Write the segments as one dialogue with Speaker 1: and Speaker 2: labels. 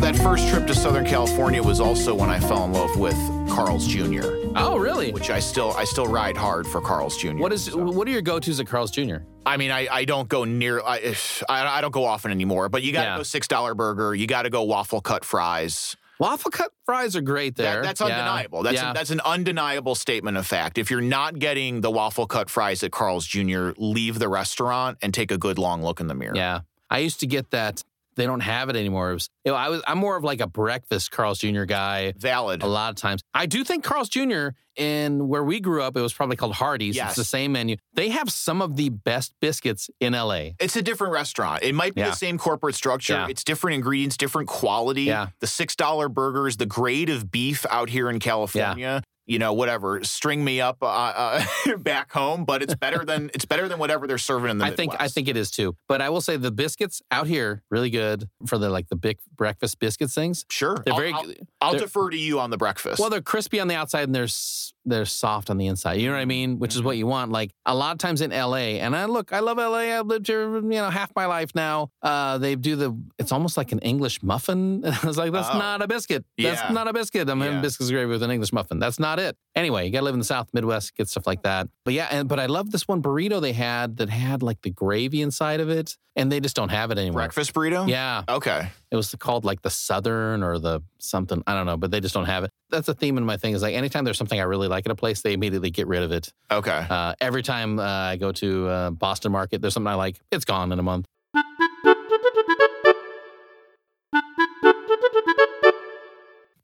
Speaker 1: That first trip to Southern California was also when I fell in love with Carl's Jr.,
Speaker 2: Oh, really?
Speaker 1: which I still I still ride hard for Carl's Jr.
Speaker 2: What is? What are your go-to's at Carl's Jr.?
Speaker 1: I mean, I, I don't go near. I, I I don't go often anymore. But you got to
Speaker 2: Yeah.
Speaker 1: go six dollar burger. You got to go waffle cut fries.
Speaker 2: Waffle cut fries are great
Speaker 1: That-
Speaker 2: there.
Speaker 1: that's
Speaker 2: Yeah.
Speaker 1: undeniable. That's
Speaker 2: Yeah.
Speaker 1: that's an undeniable statement of fact. If you're not getting the waffle cut fries at Carl's Jr., leave the restaurant and take a good long look in the mirror.
Speaker 2: Yeah. I used to get that. They don't have it anymore. It was, you know, I was I'm more of like a breakfast Carl's Jr. guy
Speaker 1: Valid.
Speaker 2: a lot of times. I do think Carl's Jr. in where we grew up, it was probably called Hardee's. It's
Speaker 1: Yes.
Speaker 2: the same menu. They have some of the best biscuits in LA.
Speaker 1: It's a different restaurant. It might be
Speaker 2: Yeah.
Speaker 1: the same corporate structure.
Speaker 2: Yeah.
Speaker 1: It's different ingredients, different quality.
Speaker 2: Yeah.
Speaker 1: The six dollar burgers, the grade of beef out here in California. You know, whatever. String me up uh, uh, back home, but it's better than it's better than whatever they're serving in the
Speaker 2: I think I
Speaker 1: Midwest.
Speaker 2: think it is too. But I will say the biscuits out here really good for the like the big breakfast biscuits things.
Speaker 1: sure.
Speaker 2: They're
Speaker 1: I'll,
Speaker 2: very
Speaker 1: I'll, I'll
Speaker 2: they're-
Speaker 1: defer to you on the breakfast.
Speaker 2: Well, they're crispy on the outside and they're s- they're soft on the inside. You know
Speaker 1: Mm-hmm.
Speaker 2: what I mean? Which is what you want. Like a lot of times in LA, and I look, I love LA. I've lived here, you know, half my life now. Uh, they do the. It's almost like an English muffin. I was like, that's
Speaker 1: Oh.
Speaker 2: not a biscuit. That's
Speaker 1: Yeah.
Speaker 2: not a biscuit. I'm having
Speaker 1: Yeah.
Speaker 2: biscuits and gravy with an English muffin. That's not it. Anyway, you gotta live in the South Midwest, get stuff like that. But yeah, and but I love this one burrito they had that had like the gravy inside of it, and they just don't have it anymore.
Speaker 1: breakfast burrito.
Speaker 2: Yeah.
Speaker 1: Okay.
Speaker 2: It was called like the Southern or the something. I don't know, but they just don't have it. That's a theme in my thing is like anytime there's something I really like at a place, they immediately get rid of it.
Speaker 1: Okay.
Speaker 2: Uh, every time uh, I go to uh, Boston Market, there's something I like. It's gone in a month.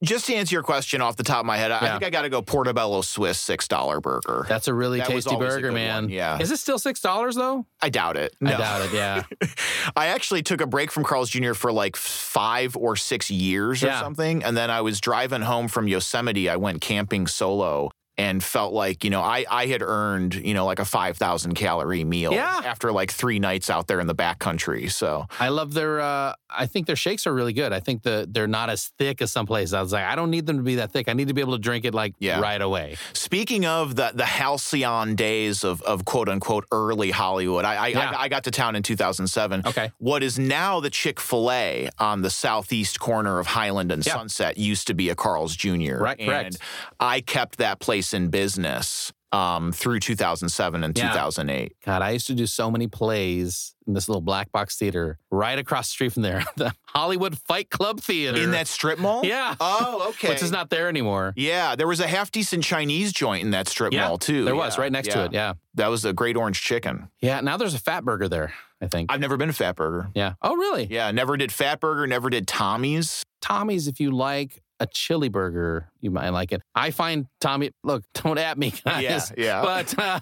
Speaker 1: Just to answer your question off the top of my head, I, I
Speaker 2: Yeah.
Speaker 1: think I got to go portobello Swiss six dollar burger.
Speaker 2: That's a really
Speaker 1: That was
Speaker 2: tasty
Speaker 1: always a
Speaker 2: burger,
Speaker 1: good
Speaker 2: man.
Speaker 1: one, yeah.
Speaker 2: Is it still $6 though?
Speaker 1: I doubt it. No.
Speaker 2: I doubt it. Yeah.
Speaker 1: I actually took a break from Carl's Jr. for like five or six years
Speaker 2: Yeah.
Speaker 1: or something. And then I was driving home from Yosemite. I went camping solo and felt like, you know, I, I had earned, you know, like a 5,000 calorie meal
Speaker 2: Yeah.
Speaker 1: after like three nights out there in the backcountry. So
Speaker 2: I love their, uh, I think their shakes are really good. I think the, they're not as thick as some places. I was like, I don't need them to be that thick. I need to be able to drink it like
Speaker 1: Yeah.
Speaker 2: right away.
Speaker 1: speaking of the, the halcyon days of, of quote unquote early Hollywood, I, I,
Speaker 2: Yeah.
Speaker 1: I, I got to town in 2007.
Speaker 2: Okay.
Speaker 1: What is now the Chick fil A on the southeast corner of Highland and
Speaker 2: Yeah.
Speaker 1: Sunset used to be a Carl's Jr.
Speaker 2: Right,
Speaker 1: and
Speaker 2: correct.
Speaker 1: I kept that place in business um, through 2007 and
Speaker 2: Yeah.
Speaker 1: 2008.
Speaker 2: God, I used to do so many plays in this little black box theater right across the street from there, the Hollywood Fight Club Theater.
Speaker 1: In that strip mall?
Speaker 2: yeah,
Speaker 1: Oh, okay.
Speaker 2: which is not there anymore.
Speaker 1: yeah, there was a half decent Chinese joint in that strip
Speaker 2: Yeah,
Speaker 1: mall, too.
Speaker 2: There was right next to it. Yeah,
Speaker 1: That was a great orange chicken.
Speaker 2: yeah. Now there's a Fat Burger there. I think.
Speaker 1: I've never been to Fatburger.
Speaker 2: yeah. Oh, really?
Speaker 1: Yeah, never did Fatburger, never did Tommy's.
Speaker 2: Tommy's. If you like a chili burger, you might like it. I find Tommy. Look, don't at me, guys.
Speaker 1: Yeah, yeah.
Speaker 2: But uh,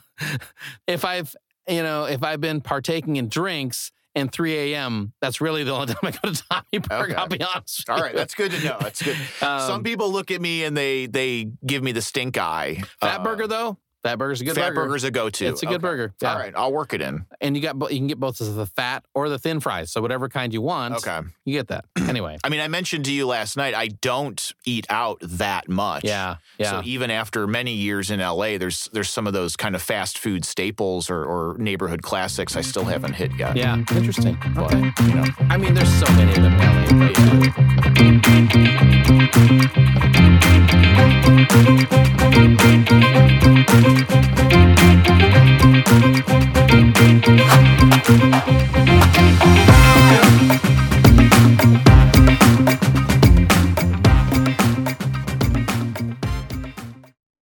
Speaker 2: if I've, you know, if I've been partaking in drinks. And 3 a.m. That's really the only time I go to Tommy Burger.
Speaker 1: Okay.
Speaker 2: I'll be honest.
Speaker 1: All
Speaker 2: with
Speaker 1: right,
Speaker 2: you.
Speaker 1: that's good to know. That's good.
Speaker 2: Um,
Speaker 1: Some people look at me and they they give me the stink eye.
Speaker 2: Fat
Speaker 1: Uh,
Speaker 2: burger though, fat burger's a good
Speaker 1: fat
Speaker 2: burger.
Speaker 1: burger's a go-to.
Speaker 2: It's a
Speaker 1: Okay.
Speaker 2: good burger.
Speaker 1: All right, I'll work it in.
Speaker 2: And you got bo- you can get both of the fat or the thin fries. So whatever kind you want,
Speaker 1: Okay.
Speaker 2: you get that. Anyway.
Speaker 1: I mean, I mentioned to you last night I don't eat out that much.
Speaker 2: Yeah. Yeah.
Speaker 1: So even after many years in LA, there's there's some of those kind of fast food staples or, or neighborhood classics I still haven't hit yet.
Speaker 2: yeah. Interesting. Okay.
Speaker 1: But, you know,
Speaker 2: I mean there's so many of them in LA.
Speaker 1: yeah.